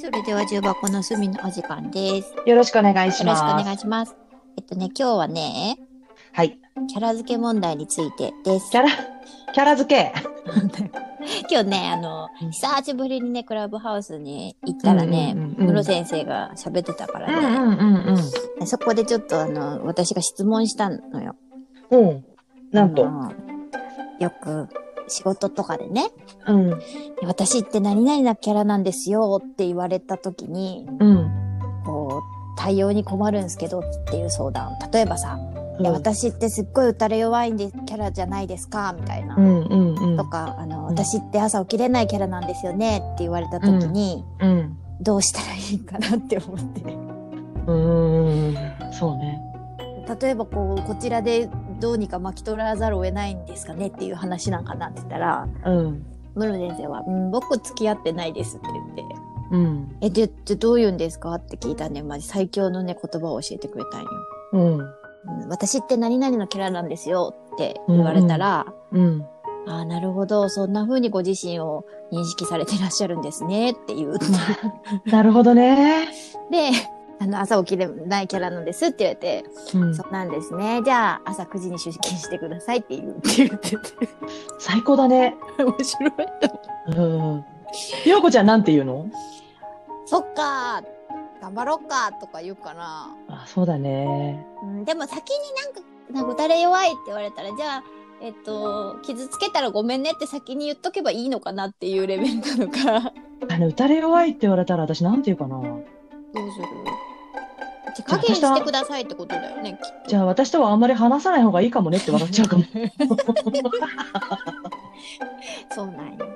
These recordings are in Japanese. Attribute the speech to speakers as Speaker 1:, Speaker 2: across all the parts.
Speaker 1: それでは重箱の隅のお時間です。よ
Speaker 2: よろしくお願いし
Speaker 1: ろ
Speaker 2: ま
Speaker 1: しく
Speaker 2: す。
Speaker 1: お願いします。えっとね、今日はね、
Speaker 2: はい。
Speaker 1: キャラ付け問題についてです。
Speaker 2: キャラ、キャラ付け。
Speaker 1: 今日ね、あの、久しぶりにね、クラブハウスに行ったらね、
Speaker 2: うんうんうんうん
Speaker 1: ムロ先生が喋ってたか
Speaker 2: う
Speaker 1: ら
Speaker 2: ん
Speaker 1: ね、
Speaker 2: うんうん
Speaker 1: そこでちょっとあの、私が質問したのよ。
Speaker 2: うん。うん。なんと
Speaker 1: あ。のよく仕事とかでね、
Speaker 2: うん。
Speaker 1: 私って何々なキャラなんですよって言われた時に、
Speaker 2: うん。
Speaker 1: こう、対応に困るんですけどっていう相談。例えばさ、いや
Speaker 2: うん
Speaker 1: 私ってすっごい打たれ弱いんでキャラじゃないですかみたいな、
Speaker 2: うんうんうん。
Speaker 1: とかあの、
Speaker 2: うん
Speaker 1: 私って朝起きれないキャラなんですよねって言われた時に、
Speaker 2: うん。
Speaker 1: どうしたらいいかなって思って
Speaker 2: うーん。そうね。
Speaker 1: 例えばこうこちらでどうにか巻き取らざるを得ないんですかねっていう話なんかなって言ったら
Speaker 2: うん。
Speaker 1: ムロ先生は「うん僕付き合ってないです」って言って
Speaker 2: うん
Speaker 1: 「えででどう言うんですか?」って聞いたねマジ最強のね言葉を教えてくれたんよ。
Speaker 2: うん。
Speaker 1: うん私って何々のキャラなんですよって言われたら、
Speaker 2: うん。
Speaker 1: ああ、なるほど。そんな風にご自身を認識されてらっしゃるんですねって いう。
Speaker 2: なるほどね。
Speaker 1: で、あの、朝起きれないキャラなんですって言われて、
Speaker 2: うん。
Speaker 1: そうなんですね。じゃあ、朝9時に出勤してくださいって言うって言ってて。
Speaker 2: 最高だね。
Speaker 1: 面白いと思う。
Speaker 2: うん。ようこちゃんなんて言うの
Speaker 1: そっか頑張ろっかとか言うかな。
Speaker 2: あ、そうだね。
Speaker 1: うん、でも先になんか、なんか打たれ弱いって言われたら、じゃあ、えっと、傷つけたらごめんねって先に言っとけばいいのかなっていうレベルなのか。
Speaker 2: あの、打たれ弱いって言われたら私なんて言うかな。
Speaker 1: どうする手加減してくださいってことだよね、きっと
Speaker 2: じゃあ私とはあんまり話さない方がいいかもねって笑っちゃうかも。
Speaker 1: そうなんよ。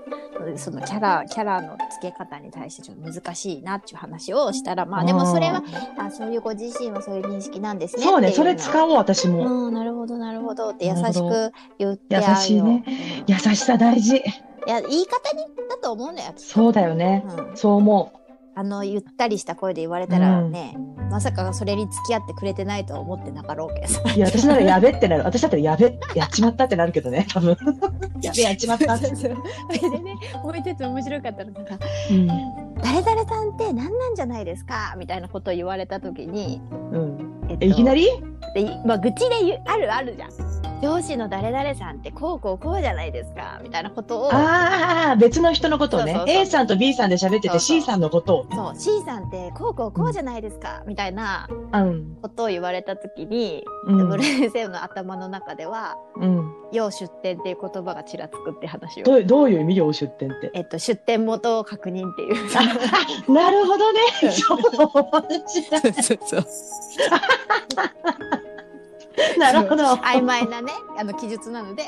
Speaker 1: そのキャラ、キャラの付け方に対してちょっと難しいなっていう話をした ら、まあでもそれは、あそういうご自身はそういう認識なんですね。
Speaker 2: そうね、それ使
Speaker 1: う。
Speaker 2: おう、私も。
Speaker 1: うん、なるほど、なるほどって優
Speaker 2: な
Speaker 1: し
Speaker 2: るほど
Speaker 1: く言ってあげよう
Speaker 2: 優しいね。
Speaker 1: うん
Speaker 2: 優しさ大事。
Speaker 1: いや、言い方にだと思うんだよ。
Speaker 2: そうだよね。
Speaker 1: うん、
Speaker 2: そう思
Speaker 1: あの、ゆったりした声で言われたらね、まさかそれに付き合ってくれてないとは思ってなかろうけどさ。
Speaker 2: う。いや、私ならやべってなる。私だったらやべ、やっちまったってなるけどね、多分。やべ、やっちまったって。
Speaker 1: そうそうそれでね、もう一つ面白かったのが、
Speaker 2: うん。
Speaker 1: 誰々さんって何なんじゃないですかみたいなことを言われた時に、
Speaker 2: うん。
Speaker 1: えっと
Speaker 2: え、いきなり
Speaker 1: で、まあ、愚痴で言うあるあるじゃん上司の誰々さんってこうこうこうじゃないですかみたいなことを
Speaker 2: ああ、別の人のことをね
Speaker 1: そうそうそう
Speaker 2: A さんと B さんで喋
Speaker 1: そう
Speaker 2: ってて
Speaker 1: そう
Speaker 2: C さんのことを。
Speaker 1: そう C さんってこうこうこうじゃないですかみたいな
Speaker 2: うん。
Speaker 1: ことを言われた時に、
Speaker 2: う
Speaker 1: ブ
Speaker 2: ん
Speaker 1: ル。ー先生の頭の中では
Speaker 2: うん
Speaker 1: 「要出店」っていう言葉がちらつくって話
Speaker 2: ど
Speaker 1: を。
Speaker 2: うどういう意味よ、出店っ て。
Speaker 1: えっと、出店元を確認っていう。
Speaker 2: なるほどね。そう。なるほど。
Speaker 1: 曖昧なね あの記述なので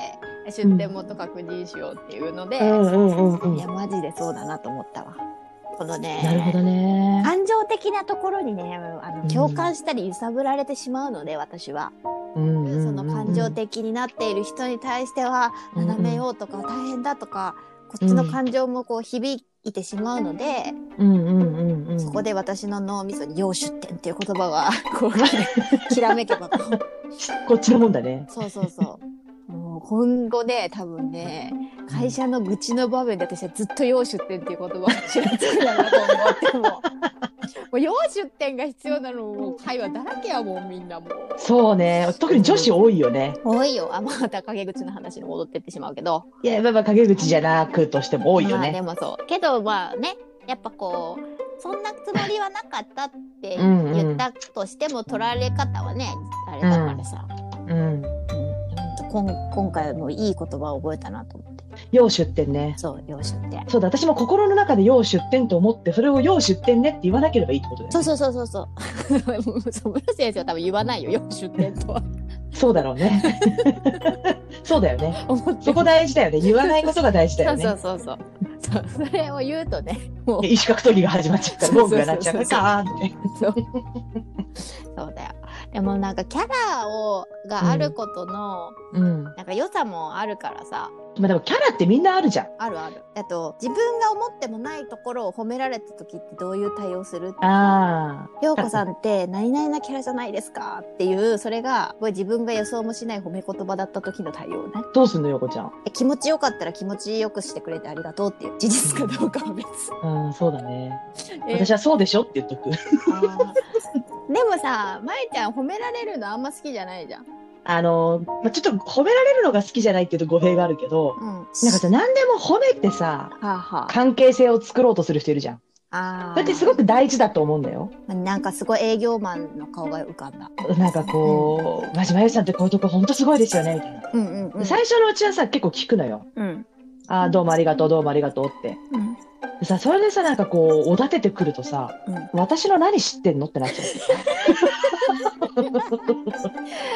Speaker 1: 出店元確認しようっていうので、
Speaker 2: うんうんうんうん
Speaker 1: いやマジでそうだなと思ったわこのね
Speaker 2: なるほどね。
Speaker 1: 感情的なところにねあ
Speaker 2: う
Speaker 1: の
Speaker 2: ん
Speaker 1: 共感したり揺さぶられてしまうので、私は、
Speaker 2: うんうんうんうん
Speaker 1: その感情的になっている人に対しては
Speaker 2: うんうん
Speaker 1: 斜めようとか大変だとかこっちの感情もこう響いてしまうので、
Speaker 2: うんうんうんうん。
Speaker 1: そこで私の脳みそに「要出店」っていう言葉がこう きらめけばこう
Speaker 2: こっちのもんだね。
Speaker 1: そうそうそう。もう今後ね、多分ね、会社の愚痴の場面で私はずっと要出店っていう言葉がちらつくなと思っても。もう要出店が必要なのももう会話だらけやもんみんなもう。
Speaker 2: そうね。特に女子多いよね。
Speaker 1: 多いよ。あ、また陰口の話に戻ってってしまうけど。
Speaker 2: いや、まあまあ陰口じゃなくとしても多いよ
Speaker 1: まあで
Speaker 2: ね。
Speaker 1: もそう。けどまあね、やっぱこう、そんなつもりはなかったって
Speaker 2: うんうん
Speaker 1: 言ったとしても取られ方はね、あれだからさ。
Speaker 2: うん。
Speaker 1: うんほんと今今回はもういい言葉を覚えたなと思って。
Speaker 2: 要出店ね。
Speaker 1: そう、要出店。
Speaker 2: そうだ、私も心の中で要出店と思って、それを要出店ねって言わなければいいってことだ
Speaker 1: そ
Speaker 2: よ
Speaker 1: う
Speaker 2: ね。
Speaker 1: そうそうそうそう。もうそう村先生は多分言わないよ。よ出店とは
Speaker 2: そうだろう ね。そうだよね。
Speaker 1: 思って。
Speaker 2: そこ大事だよね。言わないことが大事だよね。
Speaker 1: そうそうそうそう。そうそれを言うとね、もう
Speaker 2: 意思格闘技が始まっちゃったら、文句がなっちゃうから、
Speaker 1: そう
Speaker 2: ガーンって。
Speaker 1: そうそうだよ。でもなんかキャラをがあることの、
Speaker 2: うん。
Speaker 1: なんか良さもあるからさ、
Speaker 2: まあでもキャラってみんなあるじゃん。
Speaker 1: あるある。あと、自分が思ってもないところを褒められた時ってどういう対応する
Speaker 2: ああ。
Speaker 1: ようこさんって何々なキャラじゃないですかっていう、それが、すごい自分が予想もしない褒め言葉だった時の対応ね。
Speaker 2: どうすんの、横ちゃん。
Speaker 1: え気持ちよかったら気持ちよくしてくれてありがとうっていう事実かどうかは別。
Speaker 2: うん、そうだね。私はそうでしょって言っとく。
Speaker 1: あーでもさ、まえちゃん褒められるのあんま好きじゃないじゃん。
Speaker 2: あの、まあ、ちょっと褒められるのが好きじゃないっていうと語弊があるけど、
Speaker 1: うん。なんか
Speaker 2: なんかさ、何でも褒めてさ、
Speaker 1: はあ、はあ、
Speaker 2: 関係性を作ろうとする人いるじゃん。
Speaker 1: あー
Speaker 2: だってすごく大事だと思うんだよ。
Speaker 1: なんかすごい営業マンの顔が浮かんだ。
Speaker 2: なんかこう、真島由さんってこういうとこほんとすごいですよね、みたいな。
Speaker 1: うんうんうん。
Speaker 2: 最初のうちはさ、結構聞くのよ。
Speaker 1: うん。
Speaker 2: ああ、どうもありがとう、どうもありがとうって。
Speaker 1: うん。
Speaker 2: でさ、それでさ、なんかこう、おだててくるとさ、
Speaker 1: うん
Speaker 2: 私の何知ってんのってなっちゃう。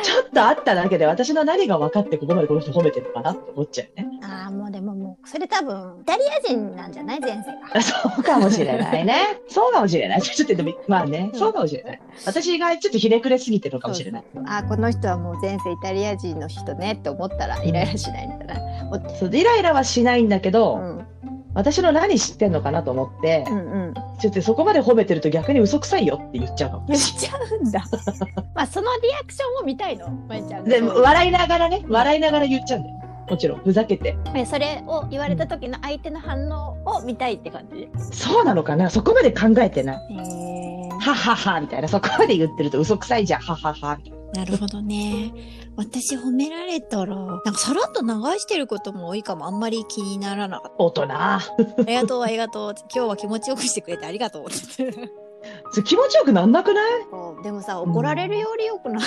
Speaker 2: ちょっとあっただけで、私の何が分かってここまでこの人褒めてるのかなって思っちゃうよね。
Speaker 1: ああ、もうでももう、それ多分、イタリア人なんじゃない前世が。
Speaker 2: あそうかもしれないね。 そうかもしれない。ちょっとでも、まあね、そうかもしれない。私がちょっとひねくれすぎてるのかもしれない。
Speaker 1: あーこの人はもう前世イタリア人の人ねって思ったらイライラしないんじゃない、
Speaker 2: そうでイライラはしないんだけど、
Speaker 1: うん、
Speaker 2: 私の何知ってんのかなと思って、
Speaker 1: うんうん
Speaker 2: ちょっとそこまで褒めてると逆に嘘くさいよって言っちゃうかも
Speaker 1: 言っ
Speaker 2: しれない。
Speaker 1: ちゃうんだまあそのリアクションを見たいのまえちゃんの
Speaker 2: で笑いながらね笑いながら言っちゃうんだよもちろんふざけて
Speaker 1: えそれを言われた時の相手の反応を見たいって感じへ
Speaker 2: そうなのかなそこまで考えてない
Speaker 1: え
Speaker 2: はははみたいなそこまで言ってると嘘くさいじゃんはははみたいな
Speaker 1: なるほどね私褒められたらなんかさらっと流してることも多いかもあんまり気にならなかっ
Speaker 2: 大人
Speaker 1: たありがとうありがとう今日は気持ちよくしてくれてありがとう って
Speaker 2: それ気持ちよくなんなくない
Speaker 1: でもさ
Speaker 2: 怒られる
Speaker 1: よりよくない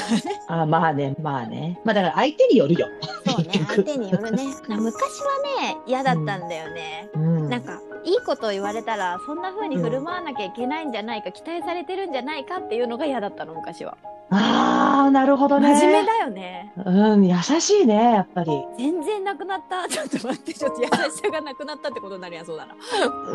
Speaker 2: あまあねまあねまあだから相手によるよ
Speaker 1: そうね、
Speaker 2: 結局
Speaker 1: 相手によるね。な昔はね、嫌だったんだよね。
Speaker 2: うん
Speaker 1: なんか、いいことを言われたら、そんな風に振る舞わなきゃいけないんじゃないか、期待されてるんじゃないかっていうのが嫌だったの、昔は。
Speaker 2: ああなるほどね
Speaker 1: 真面目だよね。
Speaker 2: うん優しいねやっぱり
Speaker 1: 全然なくなった。ちょっと待って、ちょっと優しさがなくなったってことになるやんそうだな。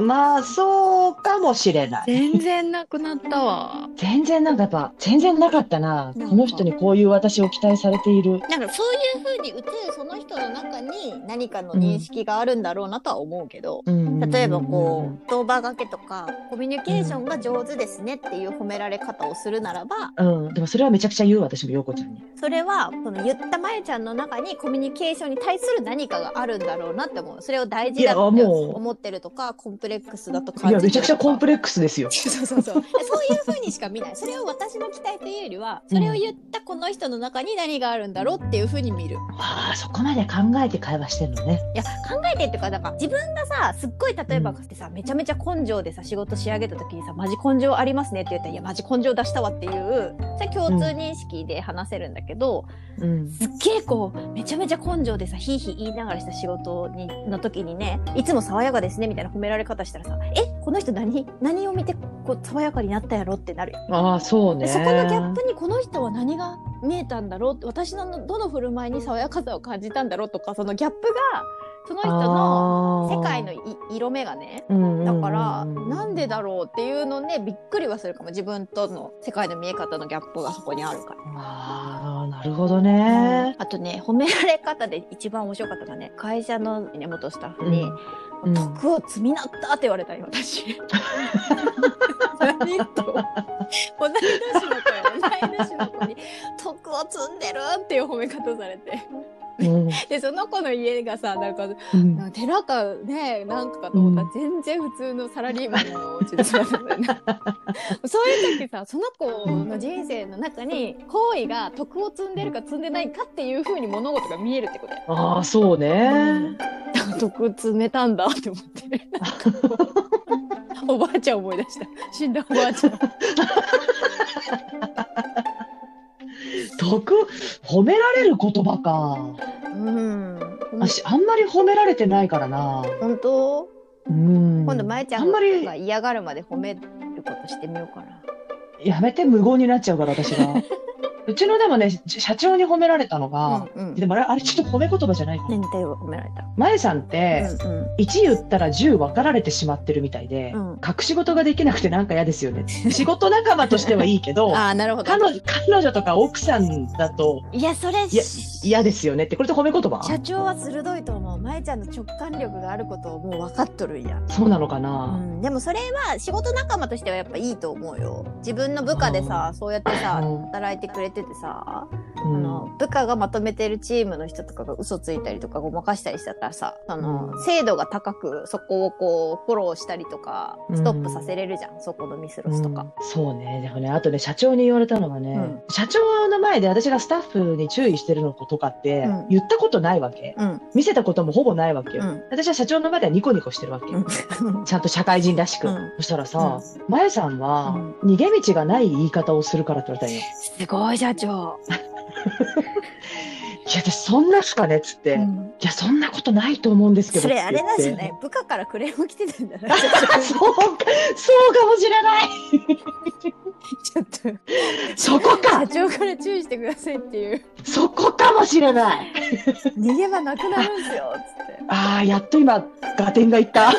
Speaker 2: まあそうかもしれない
Speaker 3: 全然なくなったわ。
Speaker 2: 全然なんかやっぱ全然なかったな
Speaker 1: なんか
Speaker 2: この人にこういう私を期待されている
Speaker 1: なんか、そういう風に映るその人の中に何かの認識があるんだろうなとは思うけど。例
Speaker 2: 例
Speaker 1: えばこう言葉がけとかコミュニケーションが上手ですねっていう褒められ方をするならば
Speaker 2: うん、でもそれはめちゃくちゃ言う私も陽子ちゃんに。
Speaker 1: それはこの言ったまゆちゃんの中にコミュニケーションに対する何かがあるんだろうなって思うそれを大事だって
Speaker 2: いやもう
Speaker 1: 思ってるとかコンプレックスだと
Speaker 2: い
Speaker 1: 感じ
Speaker 2: や
Speaker 1: てるとか
Speaker 2: めちゃくちゃコンプレックスですよ。
Speaker 1: そうそうそうでそういうふうにしか見ないそれを私の期待というよりはそれを言ったこの人の中に何があるんだろうっていうふうに見る
Speaker 2: ああそこまで考えて会話してんのね。
Speaker 1: いや考えてっていうかだから自分がさすっごい例えばさめちゃめちゃ根性でさ仕事仕上げた時にさマジ根性ありますねって言ったらいやマジ根性出したわっていうそれ共通認識で話せるんだけど、
Speaker 2: うん。
Speaker 1: すっげえこうめちゃめちゃ根性でさひいひい言いながらした仕事にの時にねいつも爽やかですねみたいな褒められ方したらさえこの人何何を見てこう爽やかになったやろってなるよ、
Speaker 2: ああそうね。
Speaker 1: そこのギャップにこの人は何が見えたんだろうって私のどの振る舞いに爽やかさを感じたんだろうとかそのギャップがその人の世界の
Speaker 2: あ
Speaker 1: い色目がね
Speaker 2: ーうんうんうん
Speaker 1: だから、なんでだろうっていうのねびっくりはするかも自分との世界の見え方のギャップがそこにあるから。
Speaker 2: ああなるほどね。
Speaker 1: あとね褒められ方で一番面白かったのがね会社のね元スタッフに「
Speaker 2: うん
Speaker 1: 徳を積みなった」って言われたよ 私。何と同い年の子よ同い年の子に「徳を積んでる」っていう褒め方されて
Speaker 2: うん
Speaker 1: でその子の家がさなんか
Speaker 2: うん
Speaker 1: なんか寺かねなんかかと思ったら全然普通のサラリーマンのお家で育ったんだよ ねそういう時さその子の人生の中に行為が徳を積んでるか積んでないかっていうふうに物事が見えるってことや
Speaker 2: ああそうね。
Speaker 1: 徳積めたんだって思 ってなんかこうおばあちゃん思い出した死んだおばあちゃん
Speaker 2: 得褒められる言葉か。
Speaker 1: うん
Speaker 2: 私あんまり褒められてないからな。
Speaker 1: 本当
Speaker 2: うん。
Speaker 1: 今度まえちゃん
Speaker 2: あんまり
Speaker 1: が嫌がるまで褒めることしてみようかな
Speaker 2: やめて無言になっちゃうから私が。うちのでもね、し社長に褒められたのが、
Speaker 1: うんうん
Speaker 2: でもあれ、あれちょっと褒め言葉じゃないかな。
Speaker 1: 何体を褒められた。
Speaker 2: まゆさんって、1言ったら10分かられてしまってるみたいで、
Speaker 1: うん
Speaker 2: 隠し事ができなくてなんか嫌です よね。仕事仲間としてはいいけど、
Speaker 1: ああ、なるほど。
Speaker 2: 彼女彼女とか奥さんだと
Speaker 1: いや、それ、
Speaker 2: い
Speaker 1: 社
Speaker 2: や嫌ですよねって、これって褒め言葉
Speaker 1: 長は鋭いと思う。まえちゃんの直感力があることをもう分かっとるんや。
Speaker 2: そうなのか
Speaker 1: う
Speaker 2: な、
Speaker 1: ん、でもそれは仕事仲間としてはやっぱいいと思うよ。自分の部下でさ、そうやって
Speaker 2: う
Speaker 1: さ、
Speaker 2: ん
Speaker 1: 働いてくれててさ、あ
Speaker 2: うん
Speaker 1: の部下がまとめてるチームの人とかが嘘ついたりとかごまかしたりしたらさあの、
Speaker 2: うん
Speaker 1: 精度が高くそこをこうフォローしたりとかストップさせれるじゃん、そこのミスロスとか。
Speaker 2: うんそうねでもねあとね社長に言われたのがね、
Speaker 1: うん
Speaker 2: 社長の前で私がスタッフに注意してるのとかって、
Speaker 1: うん
Speaker 2: 言ったことないわけ
Speaker 1: うん
Speaker 2: 見せたこともほぼないわけ
Speaker 1: う
Speaker 2: よ、
Speaker 1: ん
Speaker 2: 私は社長の前ではニコニコしてるわけ、
Speaker 1: うん
Speaker 2: ちゃんと社会人らしく、
Speaker 1: うん
Speaker 2: そしたらさ、まゆさんは、逃げ道がない言い方をするからって言われたんよ。
Speaker 1: すごい社長。
Speaker 2: いや、私そんなしかねっつって、
Speaker 1: う
Speaker 2: い
Speaker 1: ん
Speaker 2: や、そんなことないと思うんですけど。
Speaker 1: それあれなんじゃ
Speaker 2: って
Speaker 1: な
Speaker 2: 言
Speaker 1: い
Speaker 2: って
Speaker 1: 部下からクレーム来てたんだ な
Speaker 2: そうか、そうかもしれない。
Speaker 1: ちょっと
Speaker 2: そこか
Speaker 1: 社、長から注意してくださいっていう
Speaker 2: そこかもしれない。
Speaker 1: 逃げ場なくなるんすよつって。
Speaker 2: ああ、やっと今、ガテンがいった。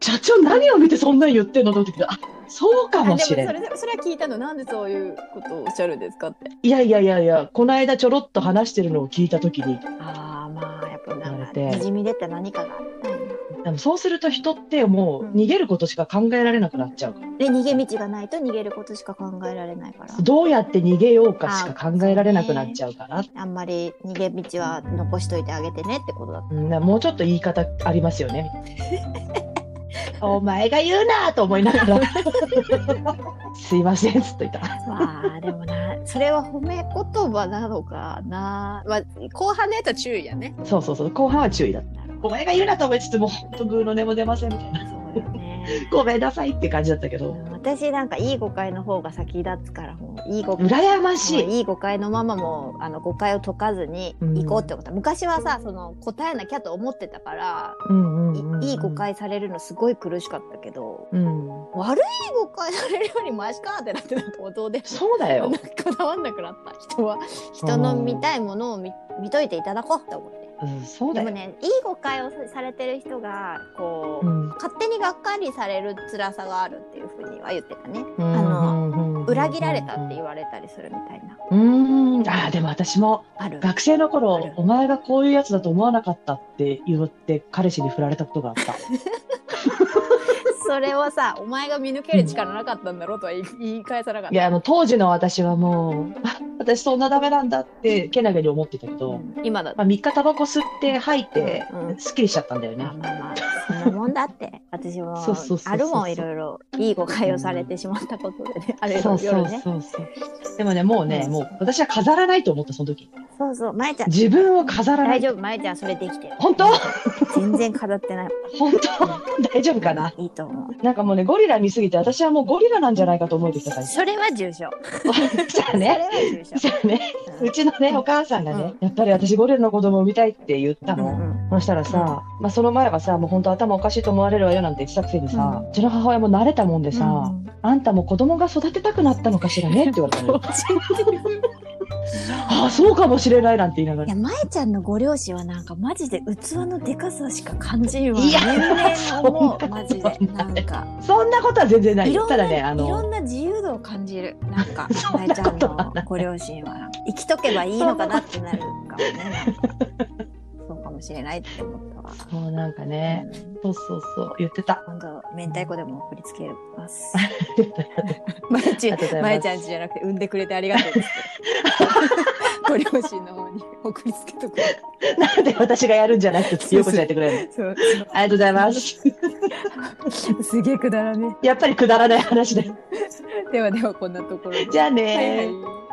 Speaker 2: 社長、何を見てそんなん言ってんのと思ったけど、あそうか
Speaker 1: あで
Speaker 2: も
Speaker 1: もそ
Speaker 2: しれ
Speaker 1: れ
Speaker 2: ない。
Speaker 1: でそれは聞いたのなんでそういうことをおっしゃるんですかって。
Speaker 2: いやいやいやいや、この間ちょろっと話してるのを聞いたときに、
Speaker 1: ああまあやっぱ
Speaker 2: なんか
Speaker 1: に
Speaker 2: に
Speaker 1: じ
Speaker 2: じ
Speaker 1: み出た何かがあったんや。
Speaker 2: でもそうすると人ってもう逃げることしか考えられなくなっちゃう。
Speaker 1: で逃げ道がないと逃げることしか考えられないから
Speaker 2: どうやって逃げようかしか考えられなくなっちゃうから。
Speaker 1: あんまり逃げ道は残しといてあげてねってことだっ
Speaker 2: うん、もうちょっと言い方ありますよね。お前が言うなと思いながら。すいません、つっと言った。
Speaker 1: たわあでもなそれは褒め言葉なのかな、まあ、後半のやつは注意やね
Speaker 2: そうそうそう、後半は注意だ。
Speaker 1: なる
Speaker 2: お前が言うなと思いつつも、本当グーの根も出ませんみたいな。
Speaker 1: そうよ ね
Speaker 2: ごめんなさいって感じだったけ
Speaker 1: う
Speaker 2: ど。
Speaker 1: ん私なんかいい誤解の方が先立つからもういい誤解
Speaker 2: 羨ましい。
Speaker 1: いい誤解のままもうあの誤解を解かずに行こうってこと、昔はさその答えなきゃと思ってたから、
Speaker 2: うん
Speaker 1: いいい誤。解されるのすごい苦しかったけど
Speaker 2: うん。
Speaker 1: 悪い誤解されるよりマシかってなってなんかもうどうでも
Speaker 2: そうだよ
Speaker 1: なん。かこだわんなくなった人は人の見たいものを見見といていただこうと思って。
Speaker 2: うん、そう
Speaker 1: でも
Speaker 2: だよ。
Speaker 1: ねいい誤解をされてる人がこう、
Speaker 2: うん
Speaker 1: 勝手にがっかりされる辛さがあるっていうふうには言ってたね、
Speaker 2: うん
Speaker 1: あの
Speaker 2: の
Speaker 1: 裏切られたって言われたりするみたいな
Speaker 2: うん。ああ、でも私も
Speaker 1: ある
Speaker 2: 学生の
Speaker 1: あ
Speaker 2: 頃
Speaker 1: る、
Speaker 2: お前がこういうやつだと思わなかったって言って、彼氏に振られたことがあった。
Speaker 1: それをさお前が見抜ける力なかったんだろうとは言い 言い返さなかっ
Speaker 2: い
Speaker 1: た。
Speaker 2: や、あの、当時の私はもう、あ私そんなダメなんだって、けなげに思ってたけ
Speaker 1: う
Speaker 2: ど、
Speaker 1: ん今だって
Speaker 2: まあ、3日タバコ吸って吐いて、
Speaker 1: うん
Speaker 2: すっきりしちゃったんだよね
Speaker 1: まあ。まあまあそんなもんだって私も
Speaker 2: そうそうそうそう
Speaker 1: あるもんいろいろいい誤解をされてしまったことでねあれ
Speaker 2: そう
Speaker 1: 夜
Speaker 2: そう
Speaker 1: ね
Speaker 2: そうそう。でもね、もうね、もう私は飾らないと思った、その時。
Speaker 1: そうそうまえちゃん
Speaker 2: 自分を飾らな
Speaker 1: 大
Speaker 2: い。
Speaker 1: 丈夫まえちゃんそれできてる
Speaker 2: 本当
Speaker 1: 全然飾ってない
Speaker 2: 本当 大丈夫かない
Speaker 1: いと思う
Speaker 2: なんかもうね、ゴリラ見すぎて、私はもうゴリラなんじゃないかと思えてきた感 じ。
Speaker 1: それは重症
Speaker 2: じゃあ
Speaker 1: それ
Speaker 2: ね、
Speaker 1: は重症
Speaker 2: じゃあね、うちのね、お母さんがね、やっぱり私ゴリラの子供を産みたいって言った
Speaker 1: うん
Speaker 2: の。
Speaker 1: うん
Speaker 2: そしたらさ、まあ、その前はさ、もう本当頭おかしいと思われるわよなんて言ってたくせにさ、うちの母親も慣れたもんでさ、
Speaker 1: うん
Speaker 2: あんたも子供が育てたくなったのかしらねって言われた のよ。ああ、そうかもしれないなんて言いなが
Speaker 1: い
Speaker 2: ら。
Speaker 1: やまえちゃんのご両親はなんかマジで器のでかさしか感じんわ
Speaker 2: いや
Speaker 1: 年齢もも
Speaker 2: そ
Speaker 1: うんマ
Speaker 2: なこと
Speaker 1: ジでなん か
Speaker 2: そんなことは全然ない
Speaker 1: いろ
Speaker 2: よ。
Speaker 1: んな
Speaker 2: ただね、あ
Speaker 1: いろ
Speaker 2: の、
Speaker 1: んな自由度を感じる。なんか、
Speaker 2: そ
Speaker 1: ま
Speaker 2: ん
Speaker 1: え
Speaker 2: な
Speaker 1: ちゃん
Speaker 2: ことは
Speaker 1: のご両親は。生きとけばいいのかなってなるかもね。 なんかそうかもしれないって思ったわ。
Speaker 2: そうなんかね、
Speaker 1: うん
Speaker 2: そうそうそう、言ってた。
Speaker 1: 今度、明太子でも送りつけます。
Speaker 2: ありがとうご
Speaker 1: ま
Speaker 2: ざい
Speaker 1: えちゃん
Speaker 2: ます、
Speaker 1: まえちゃんちじゃなくて、産んでくれてありが とうです。ご両親の方に送りつけとくわ。
Speaker 2: なんで私がやるんじゃなくて、よこちゃんやってくれるの。
Speaker 1: そう
Speaker 2: ありがとうございます。
Speaker 1: すげえくだらね
Speaker 2: やっぱりくだらない話だよ。
Speaker 1: え。ではでは、こんなところで。
Speaker 2: じゃあ
Speaker 1: はい
Speaker 2: ね
Speaker 1: はい